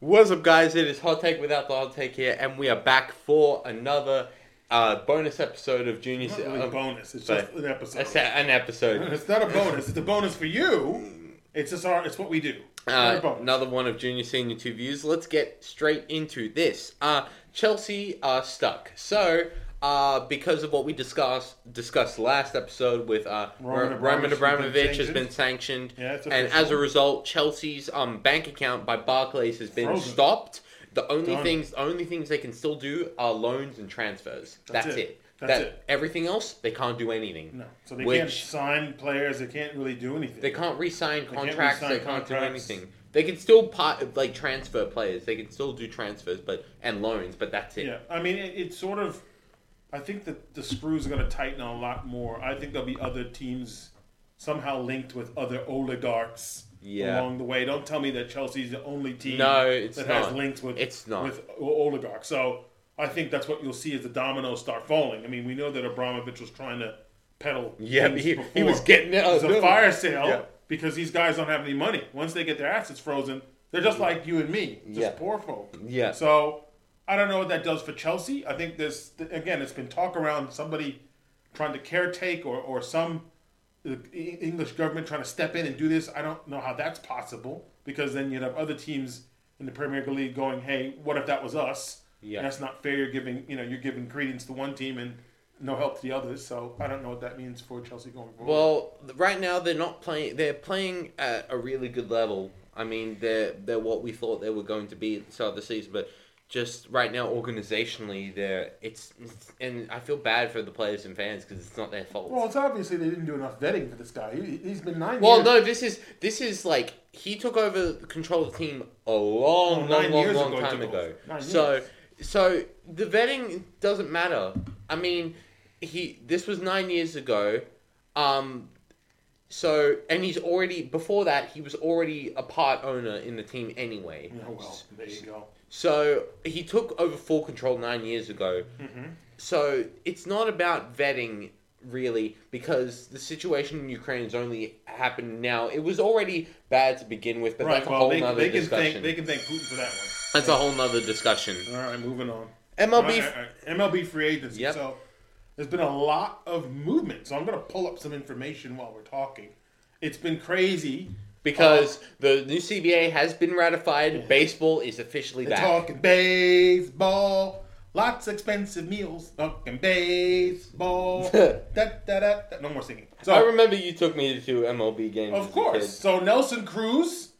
What's up, guys? It is Hot Take without the Hot Take here, and we are back for another uh, bonus episode of Junior. It's not really uh, a bonus. It's but- just an episode. That's a- an episode. It's not a bonus. It's a bonus for you. It's just our. It's what we do. It's not a Uh, bonus. another one of Junior Senior 2 views. Let's get straight into this. Uh, Chelsea are stuck. So, uh, because of what we discussed discussed last episode with uh, Roman Ro- Roman Abramovich has been Abramovich has sanctioned. been sanctioned. Yeah, it's and as a official. result, Chelsea's um, bank account by Barclays has been Frozen. stopped. The only Done. things the only things they can still do are loans and transfers. That's, That's it. it. That's that, it. Everything else, they can't do anything. No. So they Which- can't sign players. They can't really do anything. They can't re-sign contracts. They re-sign can't, contracts. do anything. They can still part, like transfer players. They can still do transfers, but and loans, but that's it. Yeah. I mean, it, it's sort of. I think that the screws are going to tighten a lot more. I think there'll be other teams somehow linked with other oligarchs Yeah. along the way. Don't tell me that Chelsea's the only team No, it's that not. has links with It's not. with o- oligarchs. So I think that's what you'll see as the dominoes start falling. I mean, we know that Abramovich was trying to peddle. Yeah, things he- he before. was getting it out It was of a fire sale Yeah. because these guys don't have any money. Once they get their assets frozen, they're just like you and me, just Yeah. poor folk. Yeah. So I don't know what that does for Chelsea. I think there's again, it's been talk around somebody trying to caretake or or some the E- English government trying to step in and do this. I don't know how that's possible because then you'd have other teams in the Premier League going, "Hey, what if that was us?" Yeah. that's not fair. You're giving you know you're giving credence to one team and no help to the others. So I don't know what that means for Chelsea going forward. Well, right now they're not playing. They're playing at a really good level. I mean, they're they're what we thought they were going to be at the start of the season, but just right now, organizationally, they're it's, it's and I feel bad for the players and fans because it's not their fault. Well, it's obviously they didn't do enough vetting for this guy. He, he's been nine Well, years. no, this is this is like he took over control of the team a long, Oh, long, nine long, years long ago he time took ago. over. Nine So, years. so the vetting doesn't matter. I mean, he this was nine years ago. Um, so and he's already before that he was already a part owner in the team anyway. Oh, well, there you go. So he took over full control nine years ago. Mm-hmm. So it's not about vetting really because the situation in Ukraine has only happened now. It was already bad to begin with, but that's a whole they, nother they can discussion. thank they can thank Putin for that one. That's a whole nother discussion. All right, moving on. MLB All right, all right. MLB free agency. Yep. So there's been a lot of movement. So I'm going to pull up some information while we're talking. It's been crazy. because the new CBA has been ratified. Baseball is officially They're back. talking baseball. Lots of expensive meals. Talking baseball. da, da, da, da. No more singing. So I remember you took me to MLB games. as Of a course. kid. So Nelson Cruz,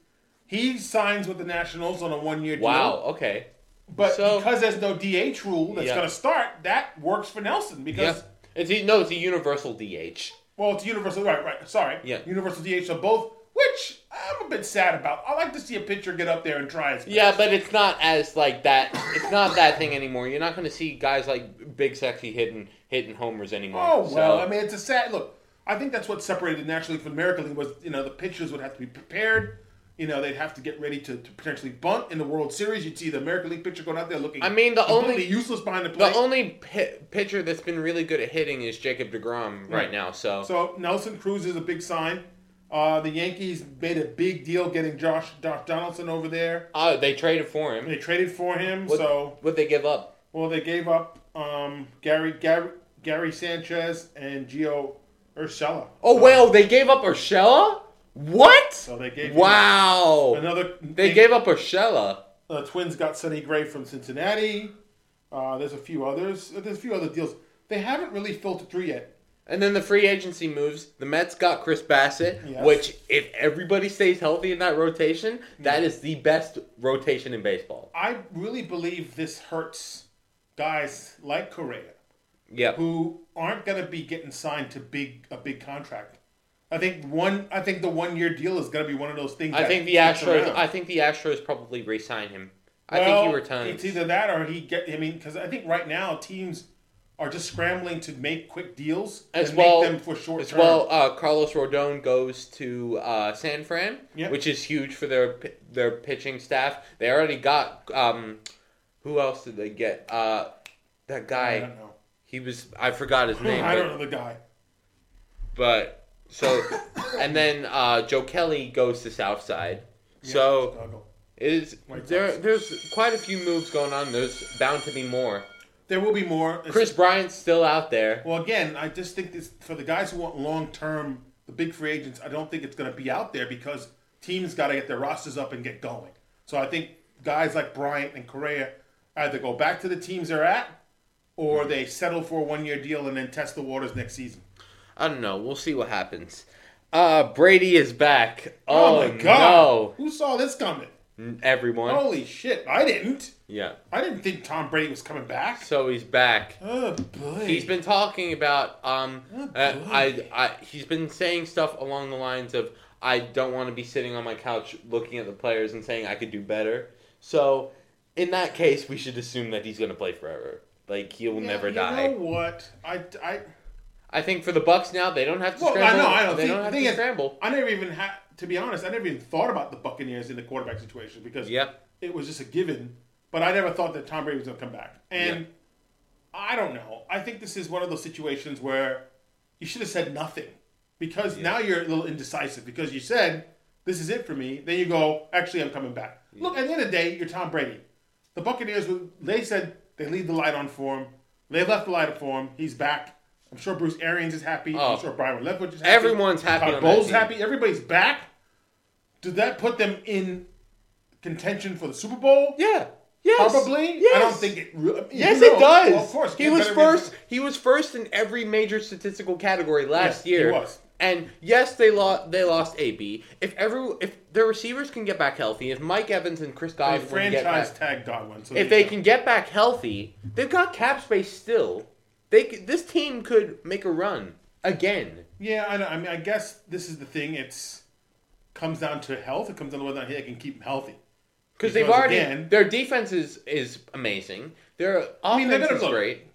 he signs with the Nationals on a one-year deal. Wow. Okay. But So- because there's no DH rule that's Yeah. going to start, that works for Nelson because Yeah. It's a, no, it's a universal DH. well, it's universal. Right, right. Sorry. Yeah. Universal DH. So both, which I'm a bit sad about. I like to see a pitcher get up there and try his best. Yeah, but it's not as like that. It's not that thing anymore. You're not going to see guys like Big Sexy hitting hitting homers anymore. Oh So- well, I mean, it's a sad look. I think that's what separated the National League from the American League was you know the pitchers would have to be prepared. You know they'd have to get ready to, to potentially bunt in the World Series. You'd see the American League pitcher going out there looking. I mean, the completely only- useless behind the plate. the only pi pitcher that's been really good at hitting is Jacob Degrom right now. So, Hmm. So Nelson Cruz is a big sign. Uh, the Yankees made a big deal getting Josh Josh Donaldson over there. oh, they traded for him. They traded for him. What, so what they give up? well, they gave up um, Gary Gary Gary Sanchez and Gio Urshela. Oh well, they gave up Urshela. What? So they gave him wow. Another they gave up Urshela. The Twins got Sonny Gray from Cincinnati. Uh, there's a few others. There's a few other deals. They haven't really filtered through yet. And then the free agency moves. The Mets got Chris Bassett, Yes. which, if everybody stays healthy in that rotation, that is the best rotation in baseball. I really believe this hurts guys like Correa. Yeah. who aren't going to be getting signed to big a big contract. I think one. I think the one year deal is going to be one of those things. I that think the sticks Astros. around. I think the Astros probably re-sign him. I Well, think he It's returns. either that or he get. I mean, because I think right now teams are just scrambling to make quick deals As and well- make them for short As term. well, uh, Carlos Rodon goes to uh, San Fran, Yep. which is huge for their pi- their pitching staff. They already got um, who else did they get? Uh, that I guy. don't know. He was I forgot his name. I but- don't know the guy. But so, and then uh, Joe Kelly goes to Southside. Yeah, so Chicago. It is White there. Sox. There's quite a few moves going on. There's bound to be more. There will be more. It's- Chris Bryant's still out there. Well, again, I just think this for the guys who want long term, the big free agents. I don't think it's going to be out there because teams got to get their rosters up and get going. So I think guys like Bryant and Correa either go back to the teams they're at, or they settle for a one year deal and then test the waters next season. I don't know. We'll see what happens. Uh, Brady is back. Oh, my God! Oh. Who saw this coming? no, everyone. Holy shit! I didn't. Yeah. I didn't think Tom Brady was coming back. So he's back. Oh boy. He's been talking about um Oh, uh, boy. I I he's been saying stuff along the lines of I don't want to be sitting on my couch looking at the players and saying I could do better. So in that case, we should assume that he's going to play forever. Like he will Yeah, never you die. know what? I, I I think for the Bucks now, they don't have to Well, I scramble. know, I know. They The- don't the have thing to is- scramble. I never even had, to be honest, I never even thought about the Buccaneers in the quarterback situation because Yeah. it was just a given. But I never thought that Tom Brady was going to come back. And Yeah. I don't know. I think this is one of those situations where you should have said nothing because now you're a little indecisive because you said, this is it for me. Then you go, actually, I'm coming back. Look, at the end of the day, you're Tom Brady. The Buccaneers, they said they leave the light on for him. They left the light on for him. He's back. I'm sure Bruce Arians is happy. Oh. I'm sure Brian Leftwich is happy. Everyone's happy Todd on that Bowles team. happy. Everybody's back. Did that put them in contention for the Super Bowl? Yeah. Yes. Probably. Yes. I don't think it. Re- I mean, Yes, who it knows? does. Well, of course. he Get was better than- first. He was first in every major statistical category last Yes, he year. was. And yes, they lost. They lost AB. If every if their receivers can get back healthy, if Mike Evans and Chris They Godwin can get franchise back, tag Godwin. So if there they you can get back healthy, they've got cap space still. They could, this team could make a run again. go. Yeah, I know. I mean, I guess this is the thing. It's comes down to health. It comes down to whether or not he can keep him healthy. Because they've Because already again- their defense is, is amazing. Their offense mean, they're gonna is look- great.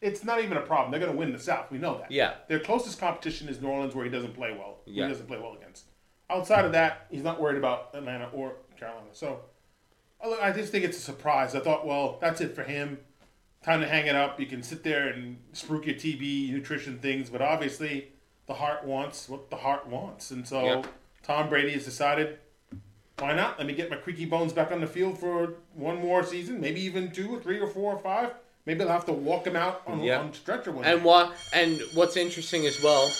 It's not even a problem. They're going to win the South. We know that. Yeah. Their closest competition is New Orleans, where he doesn't play well. who Yeah. He doesn't play well against. Outside of that, he's not worried about Atlanta or Carolina. So, I look- I just think it's a surprise. I thought, well, that's it for him. Time to hang it up. You can sit there and spruik your TB nutrition things, but obviously, the heart wants what the heart wants, and so Yep. Tom Brady has decided. Why not? Let me get my creaky bones back on the field for one more season, maybe even two or three or four or five. Maybe I'll have to walk him out on, Yeah. on stretcher one. day. And what and what's interesting as well,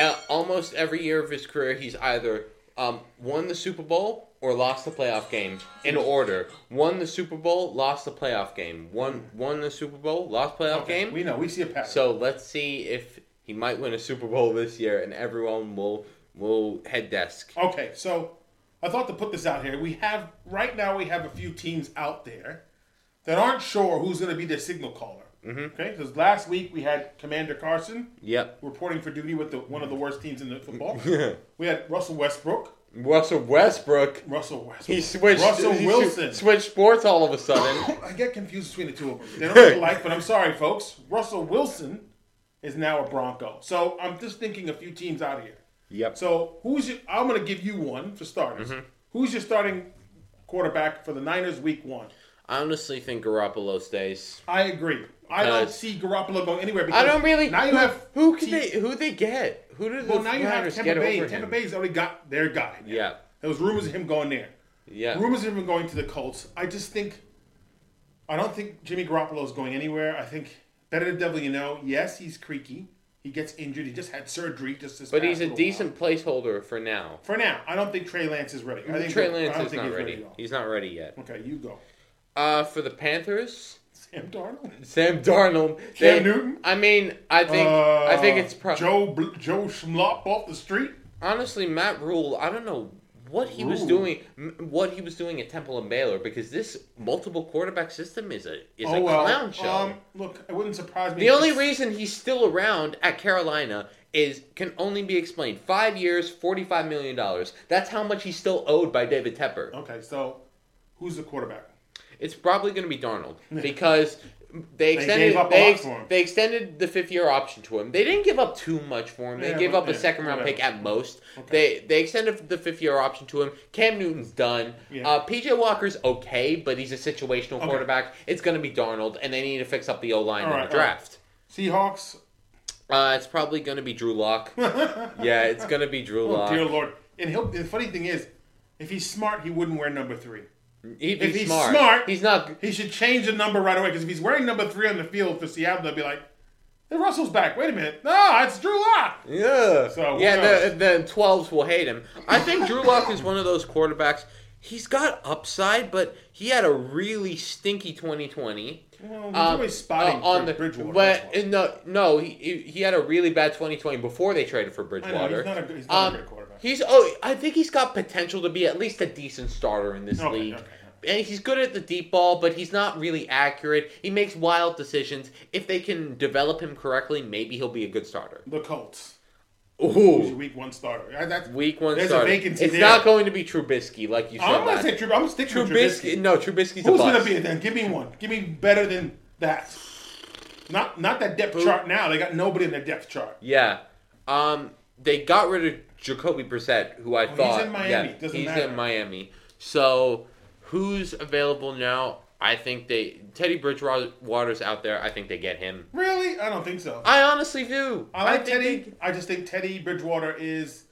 uh, almost every year of his career, he's either um, won the Super Bowl or lost the playoff game in order. Won the Super Bowl, lost the playoff game. Won won the Super Bowl, lost playoff Okay, game. We know. We see a pattern. So let's see if he might win a Super Bowl this year, and everyone will will head desk. okay, so I thought to put this out here. We have right now. We have a few teams out there that aren't sure who's going to be their signal caller. Mm-hmm. Okay, because last week we had Commander Carson Yep. reporting for duty with the, one of the worst teams in the football. we had Russell Westbrook. Russell Westbrook. Russell Westbrook. He switched. Russell he Wilson. switched sports all of a sudden. I get confused between the two of them. They don't look alike, but I'm sorry, folks. Russell Wilson is now a Bronco. So I'm just thinking a few teams out here. Yep. Mm-hmm. So who's your, I'm going to give you one for starters. Who's your starting quarterback for the Niners Week One? I honestly think Garoppolo stays. I agree. I don't Because- see Garoppolo going anywhere. Because I don't really. Now you who, have who can te- they? Who they get? Who do the Well, now you have Niners Tampa get Bay. over Tampa him? Bay's already got their guy. now. Yeah. There was rumors of him going there. Yeah. Rumors of him going to the Colts. I just think, I don't think Jimmy Garoppolo is going anywhere. I think better the devil you know. Yes, he's creaky. He gets injured. He just had surgery just this. but past he's a little decent placeholder for now. while. For now, I don't think Trey Lance is ready. I think Trey I don't Lance is think not he's ready. at all. He's not ready yet. Okay, you go. Uh, for the Panthers, Sam Darnold. Sam Darnold, Cam Newton? I mean, I think I think Uh, it's pro- Joe Bl- Joe Schmlop off the street. honestly Matt Rule. I don't know what he was Rule. doing, m- what he was doing at Temple and Baylor because this multiple quarterback system is a is a clown show. Oh, Um, look, it wouldn't surprise me. The if only it's- reason he's still around at Carolina is can only be explained. Five years, forty-five million dollars. That's how much he's still owed by David Tepper. Okay, so who's the quarterback? It's probably going to be Darnold because they extended gave up a they lot ex- for him. they extended the fifth-year option to him. They didn't give up too much for him. They Yeah, gave but- up a yeah, second-round whatever. pick at most. Okay. They they extended the fifth-year option to him. Cam Newton's done. Yeah. Uh, PJ Walker's okay, but he's a situational quarterback. It's going to be Darnold, and they need to fix up the O line in All right, all right. the draft. Seahawks. Uh, it's probably gonna be Drew Lock. yeah, it's gonna be Drew Oh, Lock. dear Lord. And he'll, the funny thing is, If he's smart, he wouldn't wear number three. If, If he's he's smart, smart- he's not. He should change the number right away because if he's wearing number three on the field for Seattle, they'll be like, "Hey, Russell's back. Wait a minute, no, it's Drew Lock." Yeah. So, who yeah, knows? the the twelves will hate him. I think Drew Lock is one of those quarterbacks. He's got upside, but he had a really stinky 2020. Well, he's Um, always spotting uh, on for the Bridgewater. But that's why. no, no, he- he he had a really bad 2020 before they traded for I Bridgewater. know he's not a, he's not Um, a great quarterback. He's oh, I think he's got potential to be at least a decent starter in this Okay, league. okay, And he's good at the deep ball, but he's not really accurate. He makes wild decisions. If they can develop him correctly, maybe he'll be a good starter. The Colts. He's your Ooh, week one starter. Yeah, That's, week one There's a starter. vacancy it's there. not going to be Trubisky like you said. I'm gonna last- say Trub- I'm sticking with Trubisky. No, Trubisky's a Who's bust. gonna be it then? Give me one. Give me better than that. Not not that depth chart now. They got nobody in their depth chart. Yeah. Um, they got rid of Jacoby Brissett, who I Oh, he's thought in Miami. yeah, Doesn't he's matter. in Miami. So who's available now? I think they Teddy Bridgewater's out there. I think they get him. Really? I don't think so. I honestly do. I like think Teddy. they- I just think Teddy Bridgewater is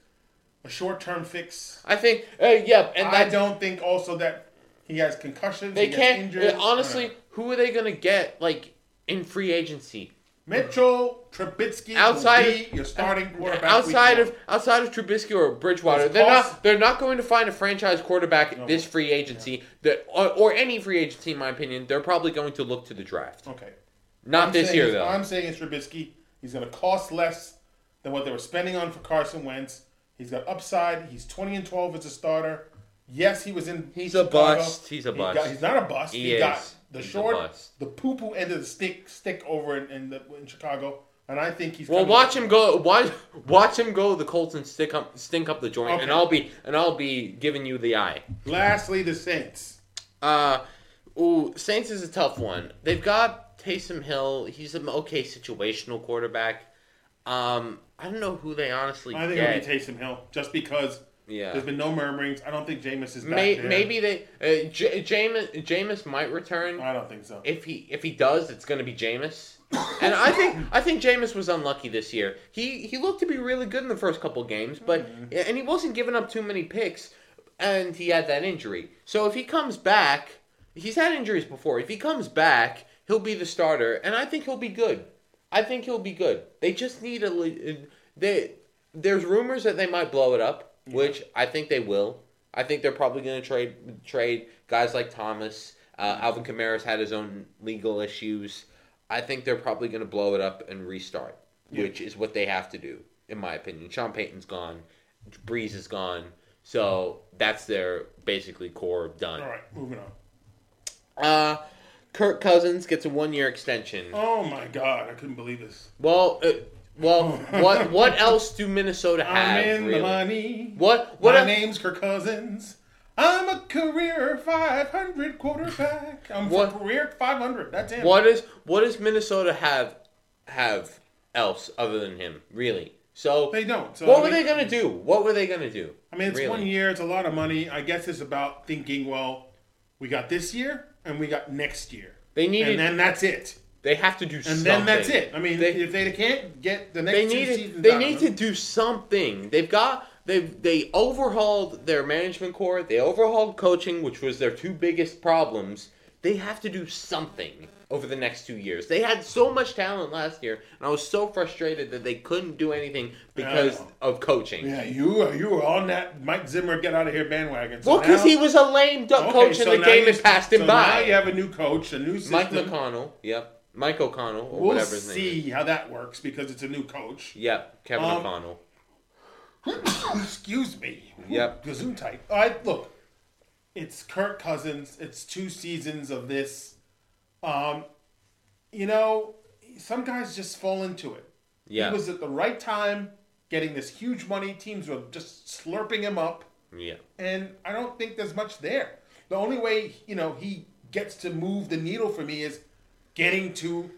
a short term fix. I think. Uh, yep. And I that don't think also that he has concussions. they he can't. Has injuries. uh, honestly, who are they gonna get like in free agency? Mitchell Trubisky Outside will be of- uh, your starting quarterback. outside week of outside of Trubisky or Bridgewater, It's they're cost- not they're not going to find a franchise quarterback No. this free agency that or, or any free agency. In my opinion, they're probably going to look to the draft. one. Okay. Not I'm this saying year is- though. I'm saying it's Trubisky. He's going to cost less than what they were spending on for Carson Wentz. He's got upside. He's 20 and 12 as a starter. Yes, he was in. He's a Chicago. bust. He's a He bust. got- he's not a bust. He, He got is. the He's a short, bust. the poo poo end of the stick stick over in in, the, in Chicago. And I think he's. well, coming- watch him go. Watch, watch him go. The Colts and stick up, stink up the joint, Okay. and I'll be and I'll be giving you the eye. Lastly, the Saints. Uh, ooh, Saints is a tough one. They've got Taysom Hill. He's an okay situational quarterback. Um, I don't know who they honestly I think get. it'll be Taysom Hill just because Yeah. there's been no murmurings. I don't think Jameis is back May, there. maybe they uh, J- Jameis Jameis might return. I don't think so. If he if he does, it's going to be Jameis. and I think I think Jameis was unlucky this year. He he looked to be really good in the first couple games, but and he wasn't giving up too many picks, and he had that injury. So if he comes back, he's had injuries before. If he comes back, he'll be the starter, and I think he'll be good. I think he'll be good. They just need a le- they. There's rumors that they might blow it up, which I think they will. I think they're probably going to trade trade guys like Thomas. Uh, Alvin Kamara's had his own legal issues. I think they're probably going to blow it up and restart, which is what they have to do, in my opinion. Sean Payton's gone, Breeze is gone, so that's their basically core done. All right, moving on. Uh, Kirk Cousins gets a one-year extension. Oh my God, I couldn't believe this. Well, uh, well, what what else do Minnesota I'm have? in really? the money. What what? My el- name's Kirk Cousins. I'm a career 500 quarterback. I'm for What- career 500. That's it. What is what does Minnesota have have else other than him? Really? So They don't. So, what I were mean- they gonna do? What were they gonna do? I mean, it's Really. one year. It's a lot of money. I guess it's about thinking. Well, we got this year and we got next year. They needed. and then that's it. they have to do And something. then that's it. I mean, They- if they can't get the next they two need seasons they out of need to them- do something. They've got they they overhauled their management core. They overhauled coaching, which was their two biggest problems. They have to do something over the next two years. They had so much talent last year, and I was so frustrated that they couldn't do anything because know. of coaching. Yeah, you are you were on that Mike Zimmer get out of here bandwagon. So Well, because now- he was a lame duck Okay, coach so in the now game you- and passed him so Now you by. have a new coach, a new system. Mike McConnell. Yep. Mike O'Connell or We'll whatever his name is. see how that works because it's a new coach. Yep. Kevin Um, O'Connell. Excuse me. Yep. Gazoom type. All right, look. It's Kirk Cousins. It's two seasons of this. Um, you know, some guys just fall into it. Yeah. He was at the right time, getting this huge money. Teams were just slurping him up, yeah. and I don't think there's much there. The only way you know he gets to move the needle for me is getting to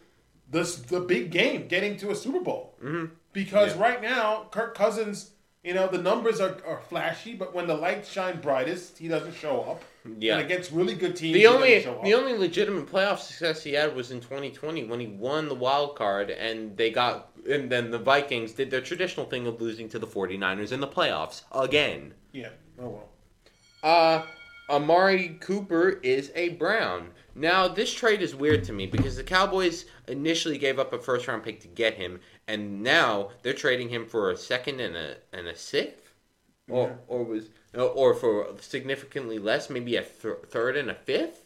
this the big game, getting to a Super Bowl. Mm-hmm. Because Yeah. right now, Kirk Cousins, you know, the numbers are, are flashy, but when the lights shine brightest, he doesn't show up. Yeah. and against really good teams, he The only doesn't show up. the only legitimate playoff success he had was in 2020 when he won the wild card and they got and then the Vikings did their traditional thing of losing to the 49ers in the playoffs again. yeah. Oh well. Uh, Amari Cooper is a Brown. Now, this trade is weird to me because the Cowboys initially gave up a first round pick to get him, and now they're trading him for a second and a and a sixth, or Yeah. or was no, or for significantly less, maybe a th- third and a fifth.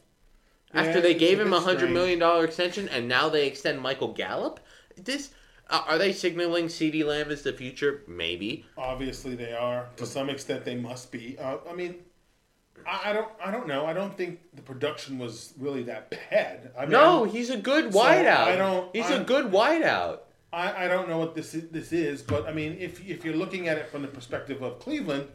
After Yeah, they it's gave a him bit a hundred strange. million dollar extension, and now they extend Michael Gallup. This uh, are they signaling C.D. Lamb is the future? Maybe. Obviously, they are to some extent. They must be. Uh, I mean, I, I don't. I don't know. I don't think the production was really that bad. I mean, No, he's a good wideout. I don't- He's a I- good wideout. I, I don't know what this is, this is, but I mean, if if you're looking at it from the perspective of Cleveland,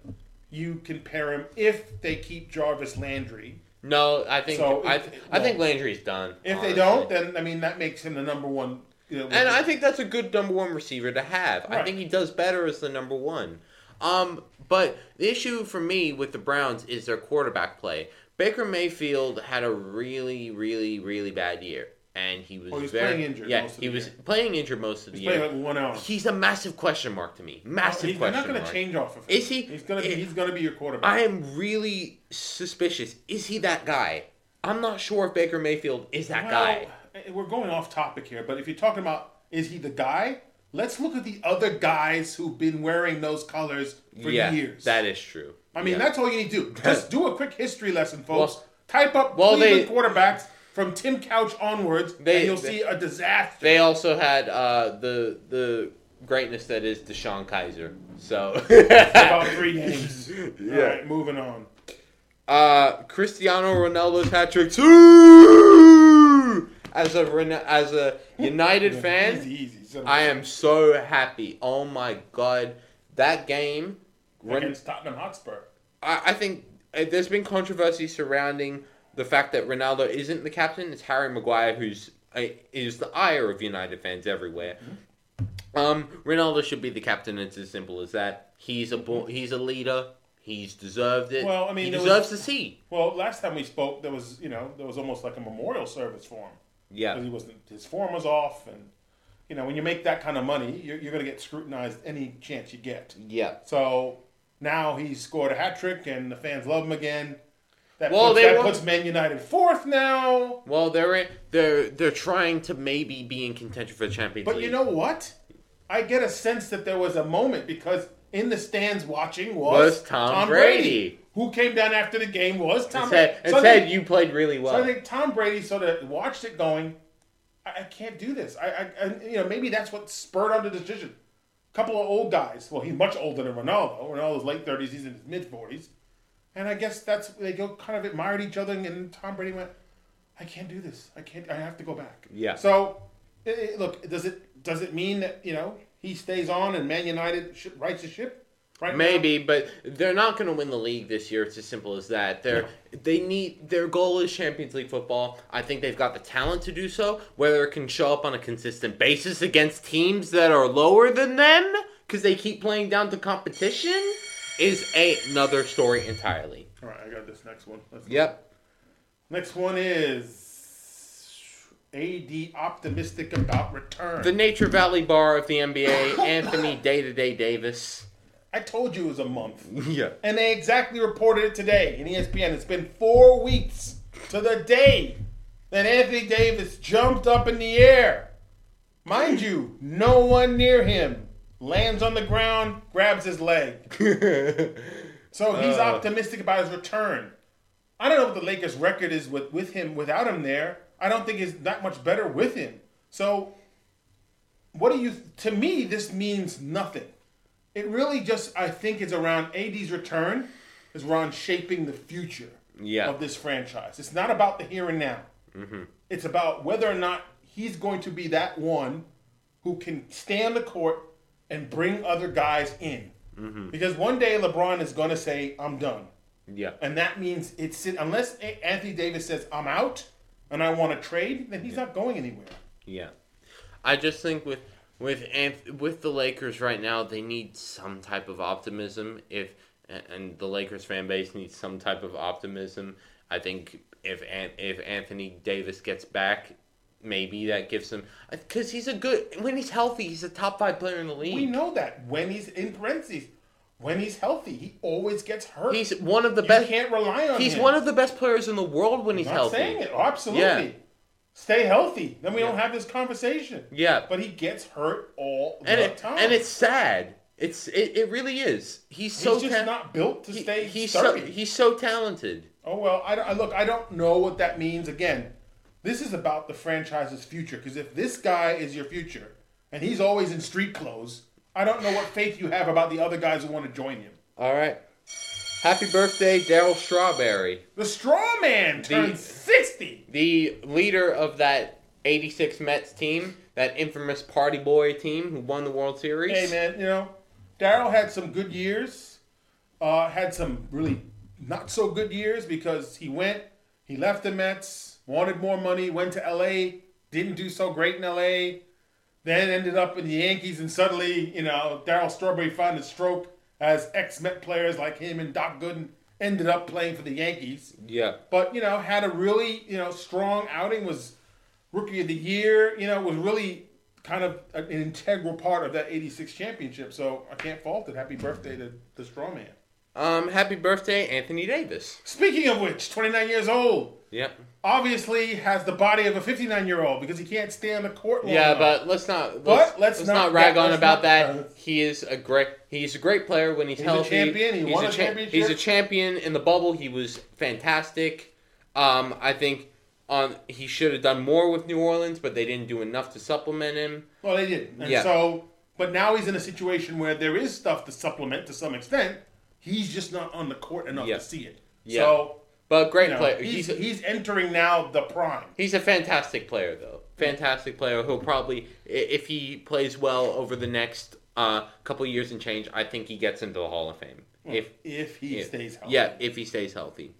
you compare him if they keep Jarvis Landry. No, I think So, I, if- I think well, Landry's done. If they honestly. don't, then I mean that makes him the number one. You know, and I think that's a good number one receiver to have. I Right. think he does better as the number one. Um, but the issue for me with the Browns is their quarterback play. Baker Mayfield had a really, really, really bad year, and he was Well, he was very playing injured Yeah, most of he the was year. playing injured most of the he's year. playing like one hour. Oh, He's a massive question mark to me. Massive he's question not going to mark. change off of him. Is he- He's going to be. it- He's going to be your quarterback. I am really suspicious. Is he that guy? I'm not sure if Baker Mayfield is that guy. eh, We're going off topic here, but if you're talking about is he the guy, let's look at the other guys who've been wearing those colors for yeah, years. that is true. I mean, Yeah. that's all you need to do. Just do a quick history lesson, folks. Well- Type up well, Cleveland they- quarterbacks from Tim Couch onwards, They- and you'll they- see a disaster. They also had uh, the the greatness that is Deshaun Kaiser. So about three games. All right, moving on. uh, Cristiano Ronaldo's hat trick too. As a Ren- as a United fan, Easy, easy. So, I am so happy. Oh my god, that game. Ren- against Tottenham Hotspur. I, I think uh, there's been controversy surrounding the fact that Ronaldo isn't the captain. It's Harry Maguire who's uh, is the ire of United fans everywhere. Mm-hmm. Um, Ronaldo should be the captain. It's as simple as that. He's a bo- he's a leader. He's deserved it. Well, I mean, he there was- deserves to see. Well, last time we spoke, there was you know there was almost like a memorial service for him. because Yeah, he wasn't his form was off and you know when you make that kind of money you're, you're going to get scrutinized any chance you get yeah. so now he's scored a hat trick and the fans love him again that, Well, puts, they that want- puts man united fourth now Well, they're in, they're they're trying to maybe be in contention for the Champions but League. you know what i get a sense that there was a moment because in the stands watching was, Was Tom Brady. who came down after the game was tom and said, brady and So I said think- you played really So I well. think Tom Brady sort of watched it going, I, I can't do this. I, I, I, you know, maybe that's what spurred on the decision. couple of old guys. Well, he's much older than Ronaldo. Ronaldo's late thirties. He's in his mid forties, and I guess that's they go kind of admired each other. And Tom Brady went, I can't do this. I can't. I have to go back. Yeah. So, i i- look, does it does it mean that you know he stays on and Man United sh- rights the ship? Right. now? Maybe, but they're not going to win the league this year. It's as simple as that. They're they need their goal is Champions League football. I think they've got the talent to do so. Whether it can show up on a consistent basis against teams that are lower than them because they keep playing down to competition is a- another story entirely. All right, I got this next one. Let's go. Yep. Next one is AD optimistic about return. The Nature Valley Bar of the NBA, Anthony Day to Day Davis. I told you it was a month. Yeah. And they exactly reported it today in E ESPN. It's been four weeks to the day that Anthony Davis jumped up in the air. Mind you, no one near him lands on the ground, grabs his leg. So he's Uh. optimistic about his return. I don't know what the Lakers' record is with, with him without him there. I don't think it's that much better with him. So, what do you? To me, this means nothing. It really just, I think, is around AD's return, is around shaping the future Yeah. of this franchise. It's not about the here and now. It's about whether or not he's going to be that one who can stay on the court and bring other guys in. Because one day LeBron is going to say, "I'm done," yeah. and that means it's unless A- Anthony Davis says, "I'm out," and I want to trade, then he's not going anywhere. Yeah, I just think with with Anth- with the Lakers right now, they need some type of optimism. If a- and the Lakers fan base needs some type of optimism. I think if An- if Anthony Davis gets back, maybe that gives him uh, because he's a good when he's healthy, he's a top five player in the league. We know that when he's in parentheses. when he's healthy. He always gets hurt. He's one of the you best. can't rely on He's him. one of the best players in the world when he's I'm healthy. saying it. Oh, absolutely. Yeah. Stay healthy. Then we don't Yeah. have this conversation. Yeah. But he gets hurt all and the it, time. and it's sad. It's it, it really is. He's he's so just ta- not built to he- stay he's so sturdy. he's so talented. Oh well, I, don't- I look. I don't know what that means. Again, this is about the franchise's future. Because if this guy is your future and he's always in street clothes, I don't know what faith you have about the other guys who want to join him. All right. Happy birthday, Daryl Strawberry, The straw man turned sixty. the leader of that '86 Mets team, that infamous party boy team who won the World Series. Hey man, you know, Daryl had some good years. Uh, had some really not so good years because he went, he left the Mets, wanted more money, went to L.A., didn't do so great in L.A. Then ended up in the Yankees, and suddenly, you know, Daryl Strawberry found his stroke as ex-Met players like him and Doc Gooden ended up playing for the Yankees Yeah. but you know had a really you know strong outing was rookie of the year you know was really kind of an integral part of that 86 championship so i can't fault it happy birthday to the straw man Um. Happy birthday, Anthony Davis. speaking of which 29 years old Yep. obviously has the body of a 59 year old because he can't stay on the court long Yeah, enough. but let's not. Let's, Oh. let's let's, not- not, rag yeah, on let's about not- that. uh, he is a great. He's a great player when he's, He's a healthy. champion. He he's won a cha- championship. He's a champion in the bubble. He was fantastic. Um, I think on he should have done more with New Orleans, but they didn't do enough to supplement him. well they did and Yeah. so but now he's in a situation where there is stuff to supplement to some extent he's just not on the court enough Yeah. to see it Yeah. so But great you know, player. He's he's, he's, he's, entering now the prime a fantastic player though. Fantastic player who'll probably i- if he plays well over the next uh, couple years and change, I think he gets into the Hall of Fame. If if Hmm. he Yeah. stays healthy Yeah, if he stays healthy.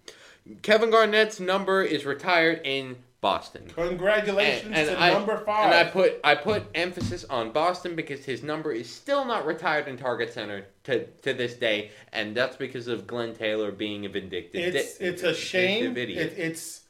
Kevin Garnett's number is retired in Boston. Congratulations to I, number five. And I put I put emphasis on Boston because his number is still not retired in Target Center to to this day, and that's because of Glenn Taylor being a vindictive. it's di- it's a shame. vindictive idiot. It, it's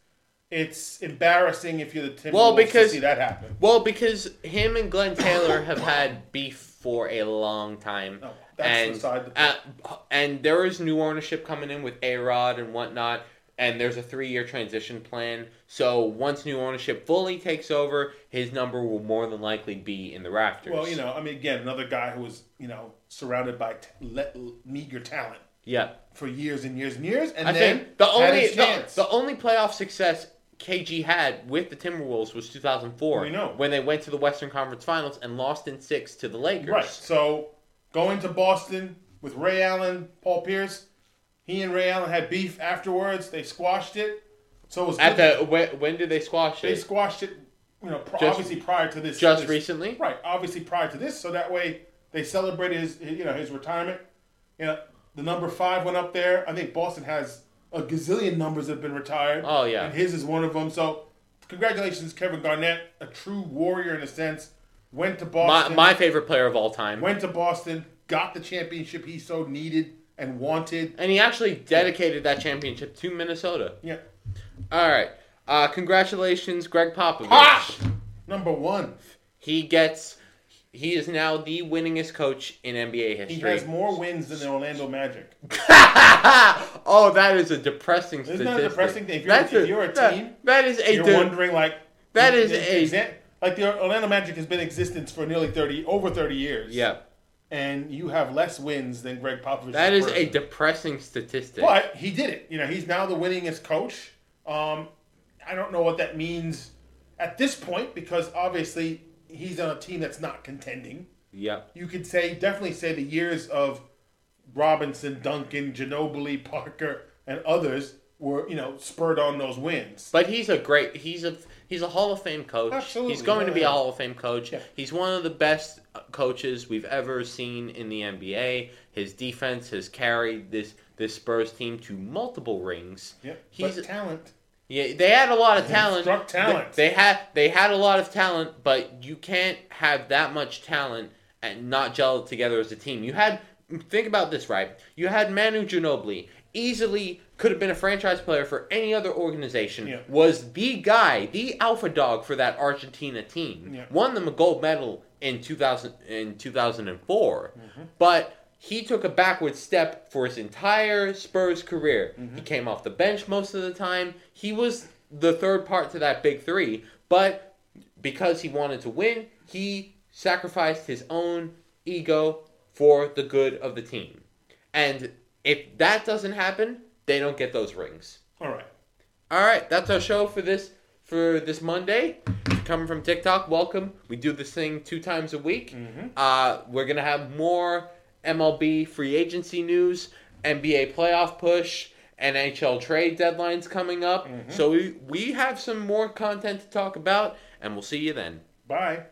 it's embarrassing if you're the Timberwolves Well, to because- see that happen. well, because him and Glenn Taylor have had beef for a long time. No, Oh, that's and, beside the point. uh, and there is new ownership coming in with A Rod and whatnot, and there's a three year transition plan. So once new ownership fully takes over, his number will more than likely be in the rafters. Well, you know, I mean, again, another guy who was you know surrounded by t- le- meager talent Yeah. for years and years and years, and I then think the had only his the, chance. the only playoff success KG had with the Timberwolves was 2004 We know. when they went to the Western Conference Finals and lost in 6 to the Lakers. right. So going to Boston with Ray Allen, Paul Pierce, he and Ray Allen had beef afterwards. They squashed it. So it was At good- the when, when did they squash they it? squashed it, you know, pro- Just- obviously prior to this. just this- recently? right? Obviously prior to this, so that way they celebrated his, you know, his retirement. You know, the number five went up there. I think Boston has a gazillion numbers that have been retired. Oh, yeah. and his is one of them. So congratulations, Kevin Garnett, a true warrior in a sense. Went to My, Boston. my favorite player of all time. went to Boston, got the championship he so needed and wanted. and he actually dedicated that championship to Minnesota. Yeah, All right. Uh, congratulations, Greg Popovich. Pop! number one. He gets. He is now the winningest coach in NBA history. He has more wins than the Orlando Magic. oh, that is a depressing that statistic. depressing? If you're- if you're a that- team, that is a you're de- wondering like That is the- a- the exa- like the Orlando Magic has been in existence for nearly thirty over thirty years. yeah. and you have less wins than Greg Popovich. That is a person. depressing statistic. but he did it. You know, he's now the winningest coach. Um, I don't know what that means at this point because obviously he's on a team that's not contending. Yeah. You could say definitely say the years of Robinson, Duncan, Ginobili, Parker, and others were you know spurred on those wins. But he's a great. He's a he's a Hall of Fame coach. Absolutely, He's going to be yeah. a Hall of Fame coach. Yeah. He's one of the best uh, coaches we've ever seen in the NBA. His defense has carried this this Spurs team to multiple rings. Yep, He's but talent. yeah. They had a lot of talent. struck talent. They, they had they had a lot of talent, but you can't have that much talent and not gel together as a team. You had think about this right. You had Manu Ginobili easily could have been a franchise player for any other organization. Yeah. Was the guy, the alpha dog for that Argentina team. Yeah. Won them a gold medal in 2000 in 2004. But he took a backward step for his entire Spurs career. He came off the bench most of the time. He was the third part to that big three, but because he wanted to win, he sacrificed his own ego for the good of the team. And if that doesn't happen, they don't get those rings. All right. All right, that's our show for this for this Monday. If you're coming from TikTok, welcome. We do this thing two times a week. Uh, we're gonna have more MLB free agency news, NBA playoff push, NHL trade deadlines coming up. So we we have some more content to talk about, and we'll see you then. Bye.